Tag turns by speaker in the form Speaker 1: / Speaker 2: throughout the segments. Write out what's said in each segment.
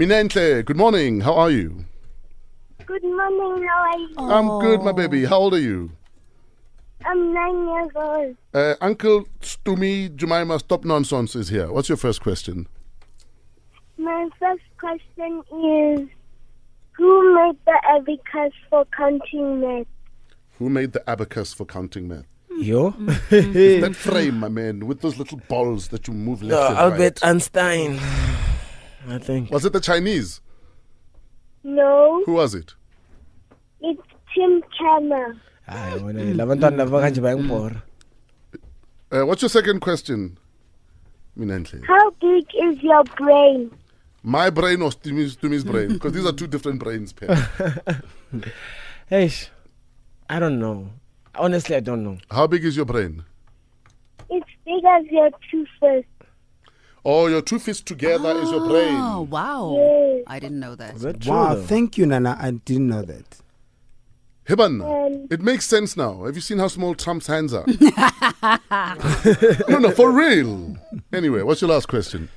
Speaker 1: Minente, good morning. How are you?
Speaker 2: Good morning, how are you?
Speaker 1: I'm good, my baby. How old are you?
Speaker 2: I'm nine years old.
Speaker 1: Uh, Uncle Stumi Jemima Stop Nonsense is here. What's your first question?
Speaker 2: My first question is Who made the abacus for counting math?
Speaker 1: Who made the abacus for counting math?
Speaker 3: Yo.
Speaker 1: That frame, my man, with those little balls that you move
Speaker 3: Uh,
Speaker 1: left and right.
Speaker 3: Albert Einstein. I think.
Speaker 1: Was it the Chinese?
Speaker 2: No,
Speaker 1: Who was it?
Speaker 2: it's Tim Camel.
Speaker 3: Hayi wena labantwana laba kanje bayangibhora.
Speaker 1: Uh, what's your second question, Minentle?
Speaker 2: How big is your brain?
Speaker 1: My brain or Stumi's, Stumi's brain? Because these are two different brains, pair.
Speaker 3: Hey. I don't know. Honestly, I don't know.
Speaker 1: How big is your brain?
Speaker 2: It's big as your two fists.
Speaker 1: Oh, your two fists together is your
Speaker 4: Oh,
Speaker 1: brain.
Speaker 4: wow.
Speaker 2: Yes.
Speaker 4: I didn't know that.
Speaker 3: Is that true?
Speaker 5: Wow,
Speaker 3: though?
Speaker 5: thank you, Nana. I didn't know that.
Speaker 1: Hiban,
Speaker 2: Um,
Speaker 1: it makes sense now. Have you seen how small Trump's hands are? no, no, for real. Anyway, what's your last question?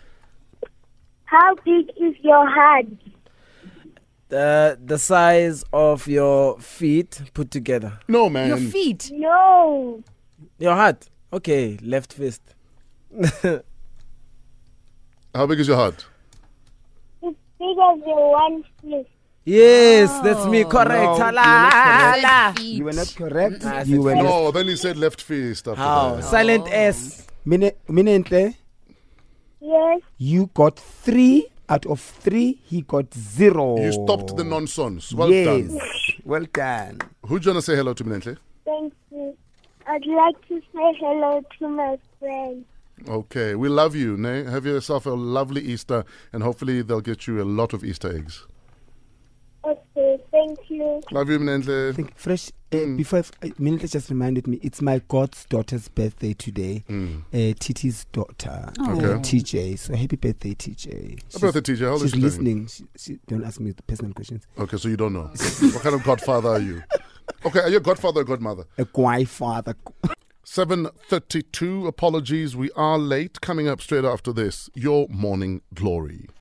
Speaker 2: How big is your heart?
Speaker 3: the the size of your feet put together.
Speaker 1: No, man.
Speaker 4: Your feet.
Speaker 2: No.
Speaker 3: Your heart. Okay, left fist.
Speaker 1: How big is your heart?
Speaker 2: It's big as your one fist.
Speaker 3: Yes, that's me.
Speaker 5: No,
Speaker 3: Correct.
Speaker 5: you were
Speaker 3: Hala, hala.
Speaker 5: You were not correct.
Speaker 3: Mm, I said
Speaker 5: you were
Speaker 3: Yes.
Speaker 5: not.
Speaker 1: No, then he said left fist. After
Speaker 3: How?
Speaker 1: that.
Speaker 3: Silent S.
Speaker 5: Mine- Minentle,
Speaker 2: Yes.
Speaker 5: you got three out of three. He got zero.
Speaker 1: You stopped the nonsense. Well
Speaker 5: Oh. yes.
Speaker 1: done.
Speaker 5: Well done.
Speaker 1: Who do you want to say hello to, Minentle?
Speaker 2: Thank you. I'd like to say hello to my friends.
Speaker 1: Okay, we love you. Ne? Have yourself a lovely Easter, and hopefully they'll get you a lot of Easter eggs.
Speaker 2: Okay, thank you.
Speaker 1: Love you, Minentle.
Speaker 5: Think fresh. Uh,
Speaker 1: Mm.
Speaker 5: Before I've- uh, Minentle just reminded me, it's my god's daughter's birthday today. Uh, Titi's daughter,
Speaker 1: Mm. Okay.
Speaker 5: TJ. So happy birthday, TJ. She's,
Speaker 1: About the teacher, how old is
Speaker 5: she's
Speaker 1: she turning?
Speaker 5: listening. She, she, don't ask me the personal questions.
Speaker 1: Okay, so you don't know. what kind of godfather are you? Okay, are you a godfather or godmother?
Speaker 5: A guy father.
Speaker 1: 7.32, apologies, we are late. Coming up straight after this, your morning glory.